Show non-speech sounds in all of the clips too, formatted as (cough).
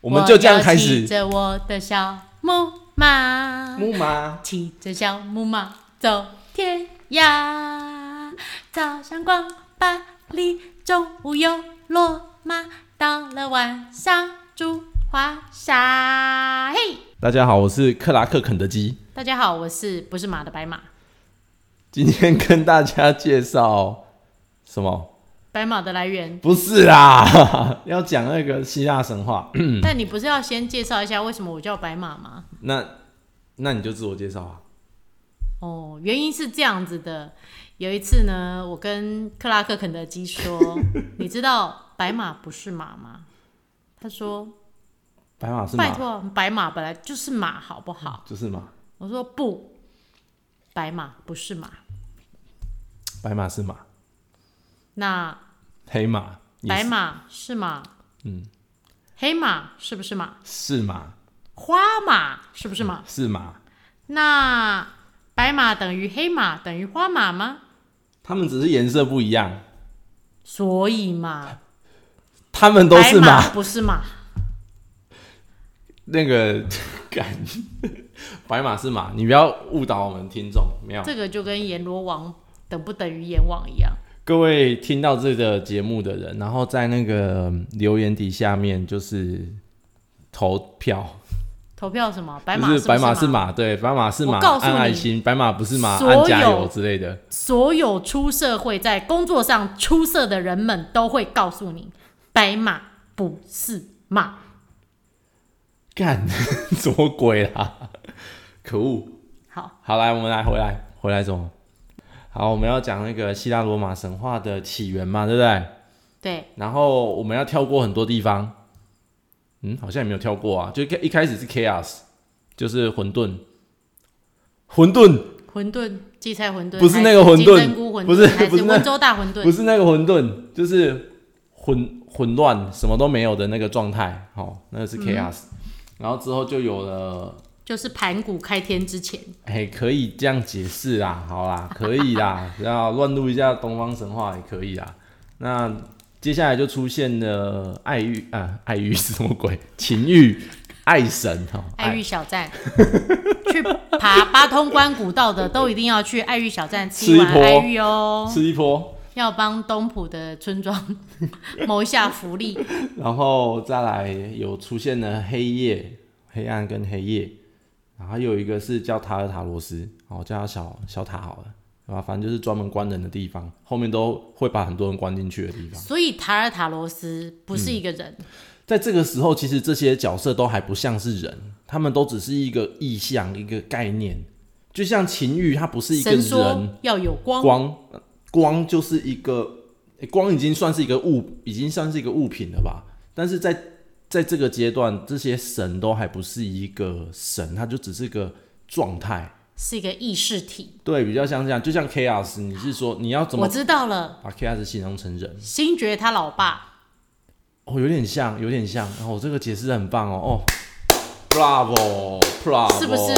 我们就这样开始骑着我的小木马，木马，骑着小木马走天涯。早上逛巴黎，中午游罗马，到了晚上住华沙。嘿，大家好，我是克拉克肯德基，大家好，我是不是马的白马？今天跟大家介绍什么？白马的来源。不是啦， (laughs) 要讲那个希腊神话。但你不是要先介绍一下为什么我叫白马吗？那那你就自我介绍啊。哦，原因是这样子的。有一次呢，我跟克拉克肯德基说：“你知道白马不是马吗？”他说白马：“是拜马，托，白马本来就是马，好不好就是马，？”我说：“不，白马不是马。白马是马，那黑马也白是马是马，嗯，黑马是不是马？是马，花马是不是马？是马。那白马等于黑马等于花马吗？他们只是颜色不一样，所以嘛，他们都是白马。马不是马。”那个 (laughs) 感，白马是马，你不要误导我们听众。没有，这个就跟阎罗王等不等于阎王一样。各位听到这个节目的人，然后在那个嗯留言底下面就是投票，投票什么？白马就是不白马是是，马，对，白马是马我告，诉你按爱心，白马不是马，所有按加油之类的。所有出社会在工作上出色的人们都会告诉你，白马不是马。干， (laughs) 什么鬼啦？ (laughs) 可恶！好，好，来，我们来回来回来什么？好，我们要讲那个希腊罗马神话的起源嘛，对不对？对，然后我们要跳过很多地方，嗯，好像也没有跳过啊，就一开一开始是 chaos，就是混沌，混沌馄饨、荠菜馄饨，不是那个还馄饨金针菇馄饨，不是还不是是那温州大馄不饨。是那个混沌，就是混混乱，什么都没有的那个状态，好、那个是 chaos，、然后之后就有了，就是盘古开天之前，哎，可以这样解释啦，好啦，可以啦，然后乱入一下东方神话也可以啦，那。接下来就出现了爱欲啊，爱欲是什么鬼？情欲、爱神哈，哦爱玉小站，去爬八通关古道的都一定要去爱玉小站吃吃一碗波爱玉哦，吃一波，要帮东浦的村庄谋一下福利。然后再来有出现了黑夜、黑暗跟黑夜，然后还有一个是叫塔尔塔罗斯，哦，叫它小小塔好了，啊，反正就是专门关人的地方，后面都会把很多人关进去的地方。所以塔尔塔罗斯不是一个人，嗯在这个时候，其实这些角色都还不像是人，他们都只是一个意象、一个概念，就像情欲，它不是一个神人，说要有光，光光就是一个诶光，已经算是一个物，已经算是一个物品了吧？但是在在这个阶段，这些神都还不是一个神，它就只是个状态。是一个意识体。对，比较像这样，就像 chaos，你是说你要怎我么知道了，把 chaos 形容成人？星爵他老爸哦，有点像，有点像。哦，这个解释很棒哦，哦，bravo，bravo，是不是？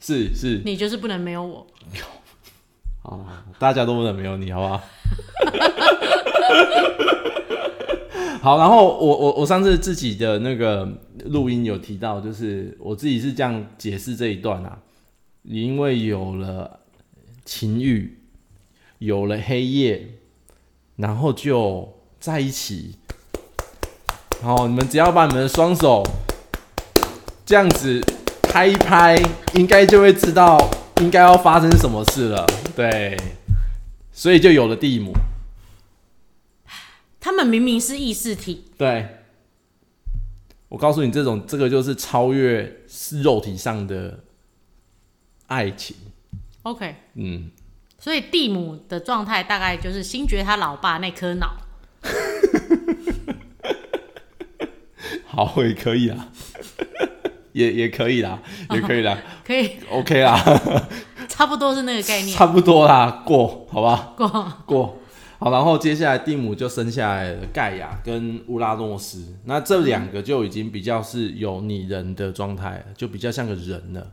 是是，你就是不能没有我。好啦，大家都不能没有你，好不好？ (laughs) 好，然后我我我上次自己的那个录音有提到，就是我自己是这样解释这一段啊，因为有了情欲，有了黑夜，然后就在一起。好，你们只要把你们的双手这样子拍一拍，应该就会知道应该要发生什么事了。对，所以就有了地母。他们明明是意识体，对，我告诉你，这种这个就是超越肉体上的爱情。 OK，嗯，所以蒂姆的状态大概就是星爵他老爸那颗脑。好，也可以啦， (laughs) 也也可以啦，也可以啦可以， ，OK 啦，差不多是那个概念。差不多啦，过，好吧。 (laughs) 过过。好，然后接下来蒂姆就生下来了盖亚跟乌拉诺斯，那这两个就已经比较是有拟人的状态了，就比较像个人了，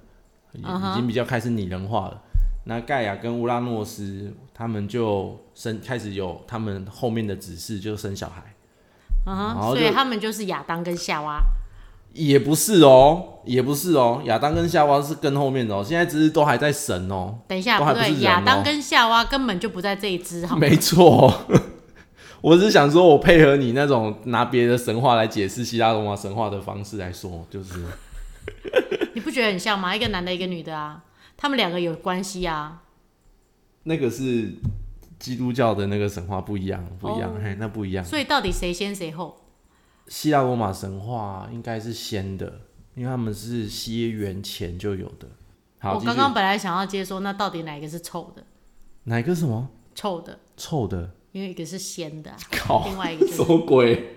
已嗯哼已经比较开始拟人化了。那盖亚跟乌拉诺斯他们就生开始有他们后面的指示，就生小孩。嗯然哼，后所就以他们就是亚当跟夏娃。也不是哦，也不是哦，亚当跟夏娃是更后面的哦，现在只是都还在神哦，等一下，都不还不是对，人亚哦当跟夏娃根本就不在这一支，好吗？没错， (laughs) 我只是想说，我配合你那种拿别的神话来解释希腊罗马神话的方式来说，就是你不觉得很像吗？一个男的，一个女的啊，他们两个有关系啊。那个是基督教的那个神话不一样，不一样，哦嘿，那不一样。所以到底谁先谁后？希腊罗马神话应该是先的，因为他们是西元前就有的。好，我继续刚刚本来想要接说，那到底哪一个是臭的？哪个什么臭的，臭 (laughs) 的？因为一个是鲜的啊、靠，另外一个就 (laughs) 是什么鬼？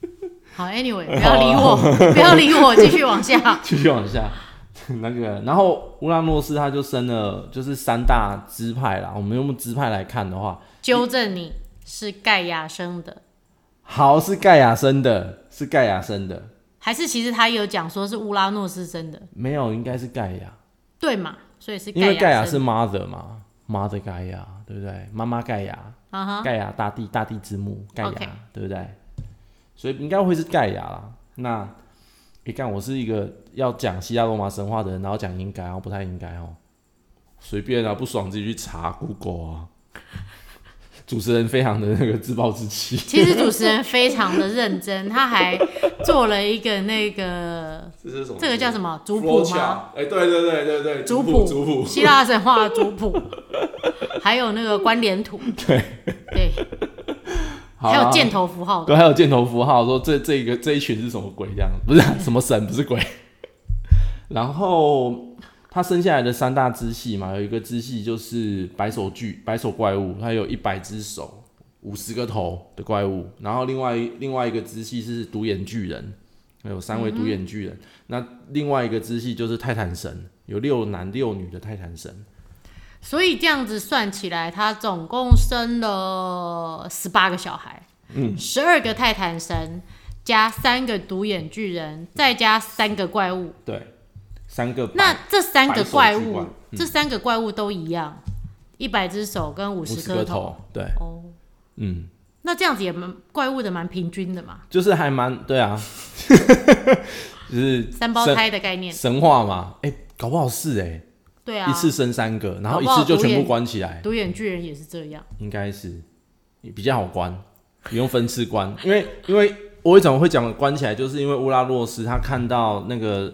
哦好，anyway，不要 (laughs) 理我，不要理我，继续往下。继续往下。 (laughs) 那个，然后乌拉诺斯他就生了，就是三大支派啦。我们用支派来看的话，纠正你是盖亚生的，好，是盖亚生的，是盖亚生的，还是其实他有讲说是乌拉诺斯生的，没有，应该是盖亚，对嘛？所以是因为盖亚亚是生的。 mother 嘛，mother 盖亚，对不对？妈妈盖亚，啊哈，盖亚大地，大地之母，盖亚 OK 对不对？所以应该会是盖亚啦。那你看，我是一个要讲希腊罗马神话的人，然后讲应该哦，不太应该哦，随便啊，不爽自己去查 Google 啊。 (laughs) 主持人非常的那个自暴自弃，其实主持人非常的认真，他还做了一个那个这是什么这个叫什么族谱 Flow 吗？ chart？哎、对对对对对，族谱谱，族谱，希腊神话的族谱，还有那个关联图，对对， (laughs) 好还有啊箭头符号的。对，还有箭头符号，说这这一个这一群是什么鬼这样，不是嗯啊什么神，不是鬼。 (laughs) 然后他生下来的三大支系嘛，有一个支系就是白手巨白手怪物，它有一百只手、五十个头的怪物。然后另外另外一个支系是独眼巨人，有三位独眼巨嗯人。那另外一个支系就是泰坦神，有六男六女的泰坦神。所以这样子算起来，他总共生了十八个小孩，嗯，十二个泰坦神，加三个独眼巨人，再加三个怪物。对，三个白那这三个白怪手巨物，怪嗯这三个怪物都一样，一百只手跟五五十十颗个头。头，对，哦，嗯。那这样子也蛮怪物的，蛮平均的嘛，就是还蛮对 (laughs) 啊，就是三胞胎的概念。神话嘛，哎、搞不好是哎、对啊，一次生三个，然后一搞不好次就全独部眼关起来，独眼巨人也是这样。应该是比较好关，不用分次 (laughs) 关，因为因为我为什么会讲关起来，就是因为乌拉洛斯他看到那个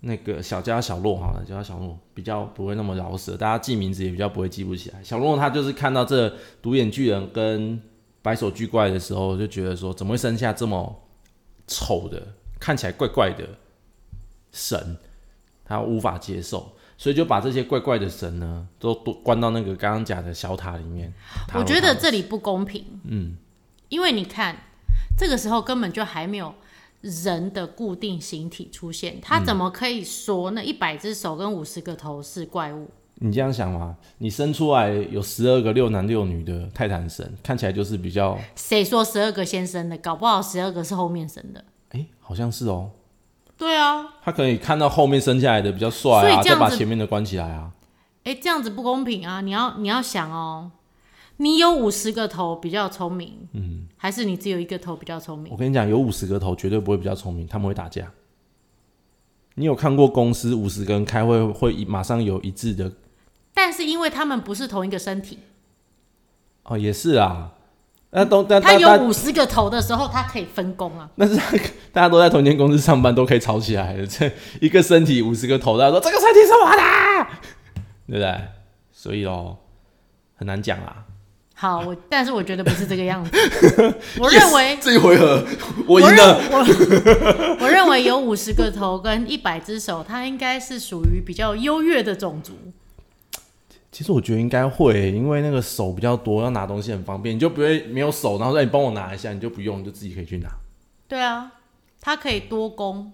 那个小家小洛好了，叫他小洛比较不会那么饶舌，大家记名字也比较不会记不起来。小洛他就是看到这独眼巨人跟白手巨怪的时候，就觉得说怎么会生下这么丑的，看起来怪怪的神，他无法接受。所以就把这些怪怪的神呢，都都关到那个刚刚讲的小塔里面。塔我罗觉塔得罗这里不公平。嗯，因为你看，这个时候根本就还没有人的固定形体出嗯现，他怎么可以说那一百只手跟五十个头是怪物？你这样想嘛，你生出来有十二个六男六女的泰坦神，看起来就是比较，谁说十二个先生的？搞不好十二个是后面生的。哎、好像是哦。对啊，他可以看到后面生下来的比较帅所以啊，再这样把子前面的关起来啊。哎、这样子不公平啊！你要你要想哦，你有五十个头比较聪明，嗯，还是你只有一个头比较聪明？我跟你讲，有五十个头绝对不会比较聪明，他们会打架。你有看过公司五十个人开会会一马上有一致的但是因为他们不是同一个身体，哦，也是啊。那都但他但有但五十个头的时候，他可以分工 (laughs) 啊。但是他大家都在同一间公司上班，都可以吵起来的。这一个身体五十个头，大家说这个身体是我的啊，对不对？所以哦，很难讲啦。好，我但是我觉得不是这个 (laughs) 样子。我认为 Yes，这一回合我我赢了。认我我认为有五十个头跟一百只手，它应该是属于比较优越的种族。其实我觉得应该会，因为那个手比较多，要拿东西很方便，你就不会没有手，然后说哎你帮我拿一下，你就不用，你就自己可以去拿。对啊，它可以多攻。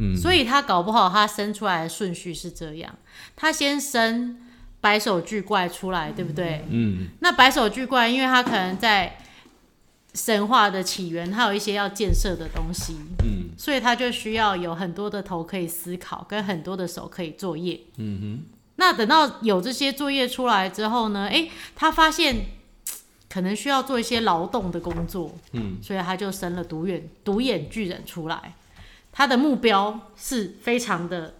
嗯，所以它搞不好它生出来的顺序是这样：它先生白手巨怪出来，对不对？嗯，那白手巨怪，因为它可能在神话的起源，它有一些要建设的东西，嗯，所以它就需要有很多的头可以思考，跟很多的手可以作业，嗯哼。那等到有这些作业出来之后呢，诶，他发现嘖可能需要做一些劳动的工作，嗯，所以他就生了独眼独眼巨人出来。他的目标是非常的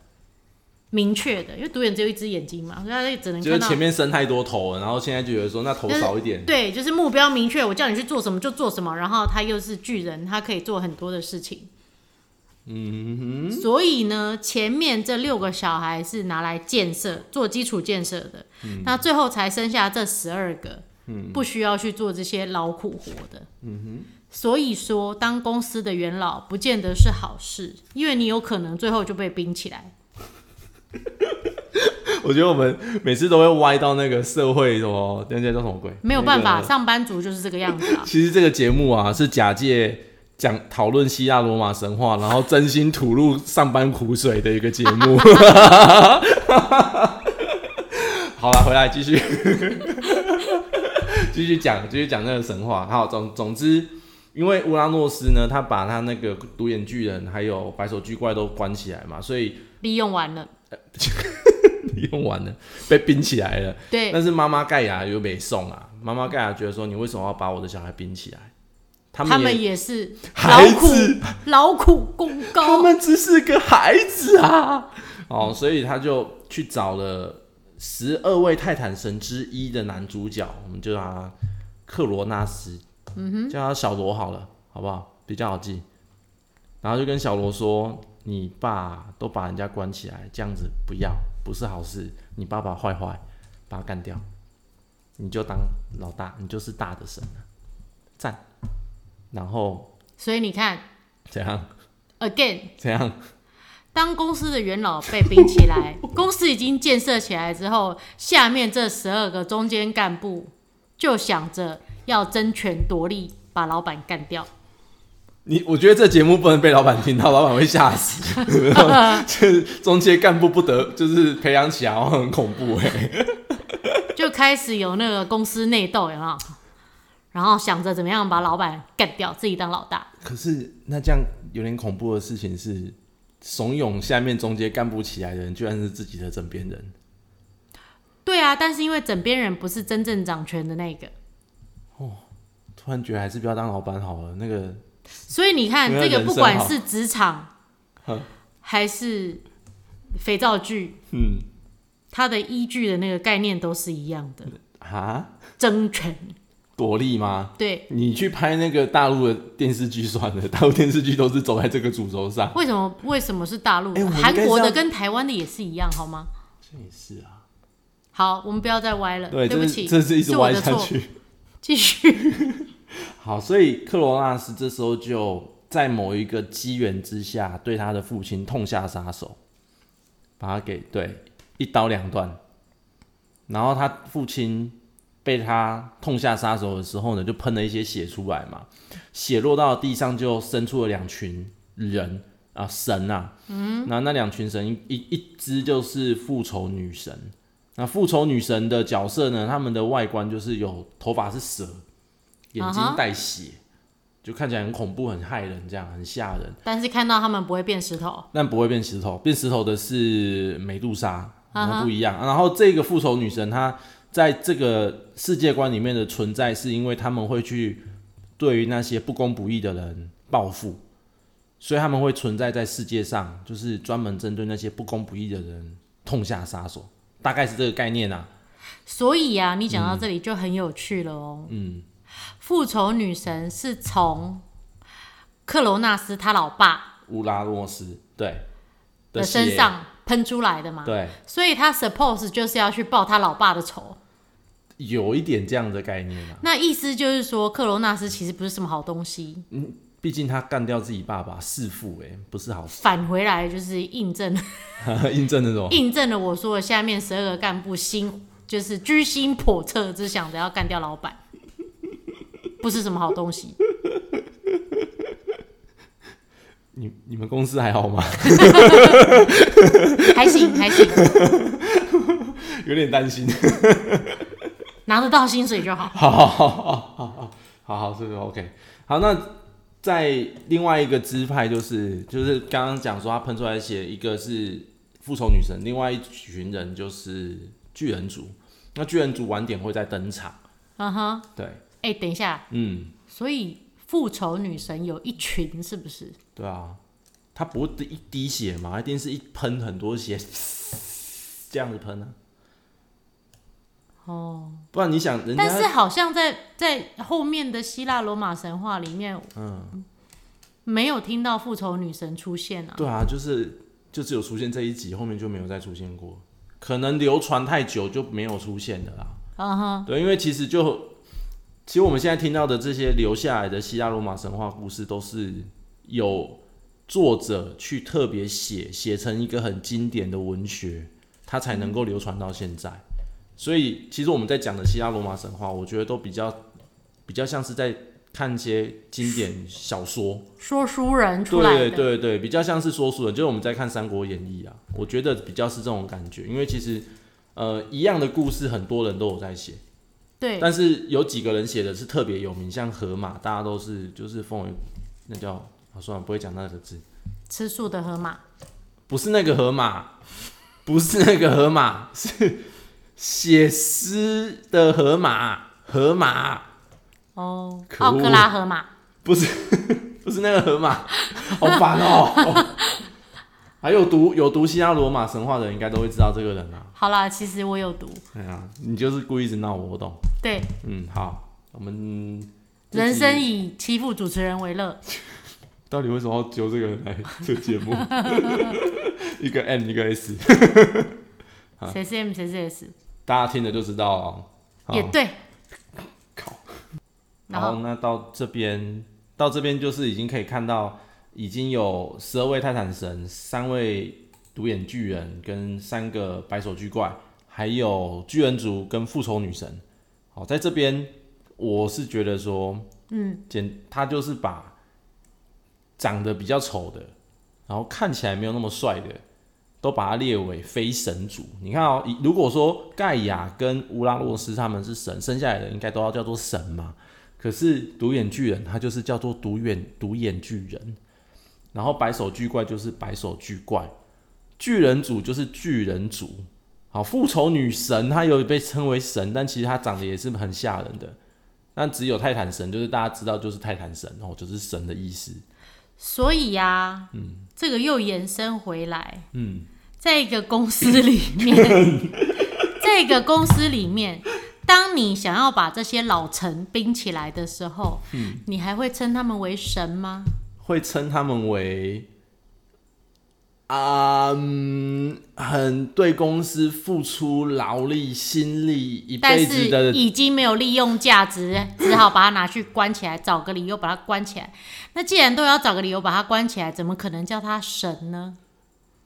明确的，因为独眼只有一只眼睛嘛，所以他就只能就是看到前面生太多头了，然后现在就觉得说那头但是少一点，对，就是目标明确，我叫你去做什么就做什么。然后他又是巨人，他可以做很多的事情。嗯所以呢，前面这六个小孩是拿来建设、做基础建设的，嗯那最后才生下这十二个，不需要去做这些劳苦活的。嗯所以说，当公司的元老不见得是好事，因为你有可能最后就被冰起来。 (laughs) 我觉得我们每次都会歪到那个社会什么，那叫叫什么鬼？没有办法，那个上班族就是这个样子啊。 (laughs) 其实这个节目啊，是假借讲讨论希腊罗马神话，然后真心吐露上班苦水的一个节目。 (laughs) 好了，回来继续 (laughs) 继续讲，继续讲那个神话。好，总总之，因为乌拉诺斯呢，他把他那个独眼巨人还有白手巨怪都关起来嘛，所以利用完了，用完了，被冰起来了。对，但是妈妈盖亚又没送啊，妈妈盖亚觉得说，你为什么要把我的小孩冰起来？他他们也们也是劳孩苦子劳苦功他 (laughs) 高，们只是个孩子啊。哦，所以他就去找了十二位泰坦神之一的男主角，我们就叫他克罗纳斯，嗯哼，叫他小罗好了，好不好？比较好记。然后就跟小罗说：“你爸都把人家关起来，这样子不要，不是好事。你爸爸坏坏，把他干掉，你就当老大，你就是大的神了，赞。”然后所以你看怎样？ ，again，怎样？当公司的元老被冰起来， (laughs) 公司已经建设起来之后，下面这十二个中间干部就想着要争权夺利，把老板干掉。你我觉得这节目不能被老板听到，老板会吓 (laughs) 死。就是中介干部不得，就是培养起来好像很恐怖哎、就开始有那个公司内斗，有没有？然后想着怎么样把老板干掉，自己当老大。可是那这样有点恐怖的事情是，怂恿下面中介干部起来的人，居然是自己的枕边人。对啊，但是因为枕边人不是真正掌权的那个，突然觉得还是不要当老板好了。那个所以你看，因为这个人不生管哈是职场呵还是肥皂剧，嗯它的依据的那个概念都是一样的，啊，争权。朵莉吗？对，你去拍那个大陆的电视剧算了，大陆电视剧都是走在这个主轴上。为什么为什么是大陆的哎我？们韩、应该是国的要跟台湾的也是一样，好吗？这也是啊，好，我们不要再歪了，对，不这是起，这是一直我歪的下错。去。继续， (laughs) 好，所以克罗纳斯这时候就在某一个机缘之下，对他的父亲痛下杀手，把他给对一刀两断。然后他父亲被他痛下杀手的时候呢，就喷了一些血出来嘛，血落到地上就生出了两群人啊神啊，嗯，那那两群神一一一只就是复仇女神。那复仇女神的角色呢？他们的外观就是有头发是蛇，眼睛啊哈带血就看起来很恐怖、很害人，这样很吓人。但是看到他们不会变石头，但不会变石头，变石头的是美杜莎，啊哈那不一样。然后这个复仇女神她在这个世界观里面的存在，是因为他们会去对于那些不公不义的人报复，所以他们会存在在世界上，就是专门针对那些不公不义的人痛下杀手，大概是这个概念啊。所以啊，你讲到这里就很有趣了哦。嗯，复仇女神是从克罗纳斯他老爸乌拉诺斯对的血身上喷出来的嘛，对所以他 suppose 就是要去报他老爸的仇。有一点这样的概念啊。那意思就是说，克罗纳斯其实不是什么好东西，毕竟他干掉自己爸爸弑父，哎，不是好事，返回来就是印证 (laughs) 印证那种。印证了我说的下面十二个干部心就是居心叵测，只想着要干掉老板，不是什么好东西。 (laughs) 你你们公司还好吗？还行还行，有点担心。拿得到薪水就好。好好好好好好好，是不是 OK？好，那在另外一个支派就是就是刚刚讲说他喷出来的血，一个是复仇女神，另外一群人就是巨人族。那巨人族晚点会再登场，嗯哼，对，哎、等一下，嗯，所以复仇女神有一群是不是？对啊，它不会滴一滴血嘛，一定是一喷很多血， (laughs) 这样子喷啊。哦，不然你想，人但是家好像在在后面的希腊罗马神话里面嗯，没有听到复仇女神出现啊。对啊，就是就只有出现这一集，后面就没有再出现过，可能流传太久就没有出现的啦。嗯哼，对，因为其实就其实我们现在听到的这些留下来的希腊罗马神话故事，都是有作者去特别写写成一个很经典的文学，它才能够流传到现在。所以，其实我们在讲的希腊罗马神话，我觉得都比较比较像是在看一些经典小说，说书人出来对的。对对，比较像是说书人，就是我们在看《三国演义》啊，我觉得比较是这种感觉，因为其实呃一样的故事，很多人都有在写。对但是有几个人写的是特别有名，像河马，大家都是就是奉为那叫啊，算了，不会讲那个字，吃素的河马，不是那个河马，不是那个河马，是写诗的河马，河马哦，可恶奥克拉河马，不是 (laughs) 不是那个河马，好烦哦。 (laughs) 哦还有读有读希腊罗马神话的人，应该都会知道这个人啊。好啦，其实我有毒。哎呀，你就是故意一直闹我，我懂。对，嗯，好，我们这集人生以欺负主持人为乐。到底为什么要揪这个人来这节目？ (laughs) 一个 M 一个 S，啊谁是 M 谁是 S？大家听了就知道了。好也对。靠。然然后后那到这边，到这边就是已经可以看到，已经有十二位泰坦神、三位独眼巨人跟三个白手巨怪，还有巨人族跟复仇女神。好，在这边我是觉得说，嗯，简他就是把长得比较丑的，然后看起来没有那么帅的，都把它列为非神族。你看哦，以如果说盖亚跟乌拉洛斯他们是神，生下来的应该都要叫做神嘛。可是独眼巨人他就是叫做独眼独眼巨人，然后白手巨怪就是白手巨怪，巨人族就是巨人族。好，复仇女神她有被称为神，但其实她长得也是很吓人的。但只有泰坦神，就是大家知道就是泰坦神哦，就是神的意思。所以呀、嗯，这个又延伸回来，嗯，在一个公司里 (laughs) 面，在一个公司里面，当你想要把这些老臣冰起来的时候，嗯你还会称他们为神吗？会称他们为，啊嗯，很对公司付出劳力、心力一但辈子是的已经没有利用 (coughs) 价值，只好把它拿去关起来，找个理由把它关起来。那既然都要找个理由把它关起来，怎么可能叫它神呢？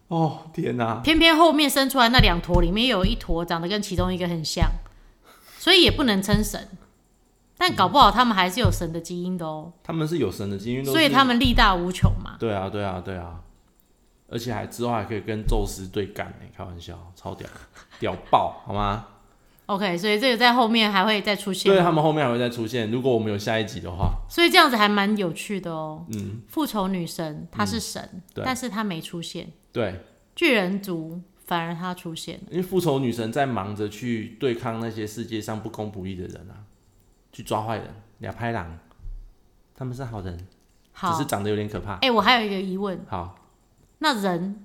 哦，天哪、偏偏后面生出来那两坨里面有一坨长得跟其中一个很像，所以也不能称神。但搞不好他们还是有神的基因的哦，他们是有神的基因，都是所以他们力大无穷嘛。对啊，对啊，对啊，而且还之后还可以跟宙斯对干呢、开玩笑，超屌，屌爆，好吗？ OK，所以这个在后面还会再出所以现，他们后面还会再出现，如果我们有下一集的话，所以这样子还蛮有趣的哦。嗯，复仇女神她是神，对但是她没出现；对，巨人族反而她出现了。因为复仇女神在忙着去对抗那些世界上不公不义的人啊，去抓坏人、俩拍狼，他们是好人，只好是，长得有点可怕。哎、我还有一个疑问，好，那人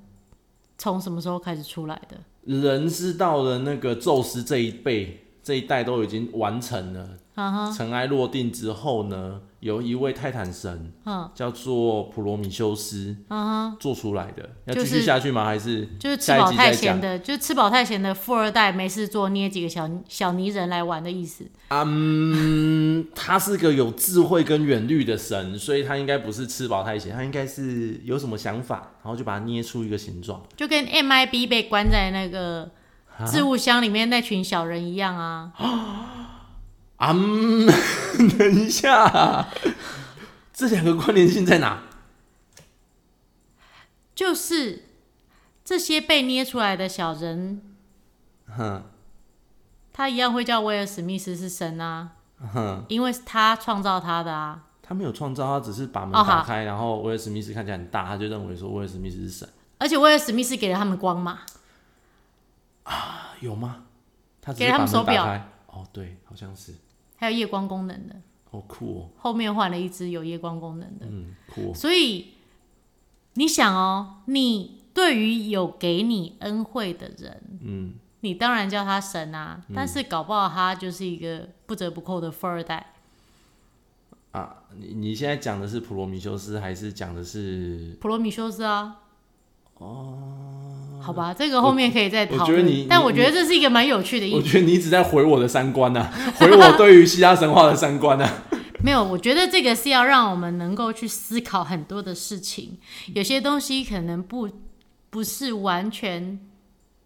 从什么时候开始出来的？人是到了那个宙斯这一辈、这一代都已经完成了，啊哈，尘埃落定之后呢，有一位泰坦神嗯叫做普罗米修斯啊做出来的，要就继是续下去吗？还是哈，就是吃下一饱集太再闲讲？的，就是吃饱太闲的富二代没事做，捏几个小小泥人来玩的意思。嗯，他是个有智慧跟远虑的神，所以他应该不是吃饱太闲，他应该是有什么想法，然后就把它捏出一个形 (laughs) 状。就跟 MIB 被关在那个啊置物箱里面那群小人一样啊。啊、嗯，等一下，这两个关联性在哪？就是这些被捏出来的小人，哼他一样会叫威尔史密斯是神啊，哼，因为是他创造他的啊。他没有创造，他只是把门哦好打开，然后威尔史密斯看起来很大，他就认为说威尔史密斯是神而且威尔史密斯给了他们光嘛，啊？有吗？他只给是他把们门手表打开。哦，对，好像是，还有夜光功能的，好酷哦，后面换了一只有夜光功能的，嗯，酷哦，所以你想哦，你对于有给你恩惠的人，嗯，你当然叫他神啊，但是搞不好他就是一个不折不扣的富二代。啊，你你现在讲的是普罗米修斯，还是讲的是？普罗米修斯啊。哦，好吧，这个后面可以再我讨觉得论。你但你我觉得这是一个蛮有趣的议我题。觉得你一直在毁我的三观呐、啊， (laughs) 毁我对于希腊神话的三观呐、啊。没有，我觉得这个是要让我们能够去思考很多的事情，有些东西可能不不是完全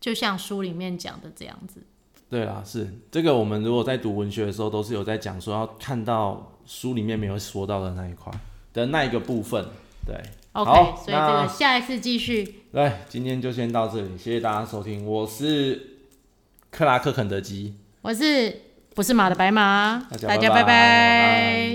就像书里面讲的这样子。对啦，是这个。我们如果在读文学的时候，都是有在讲说要看到书里面没有说到的那一块的那一个部分。对 OK，好所以这个下一次继续。来，今天就先到这里，谢谢大家收听，我是克拉克肯德基，我是不是马的白马？大家拜拜拜拜拜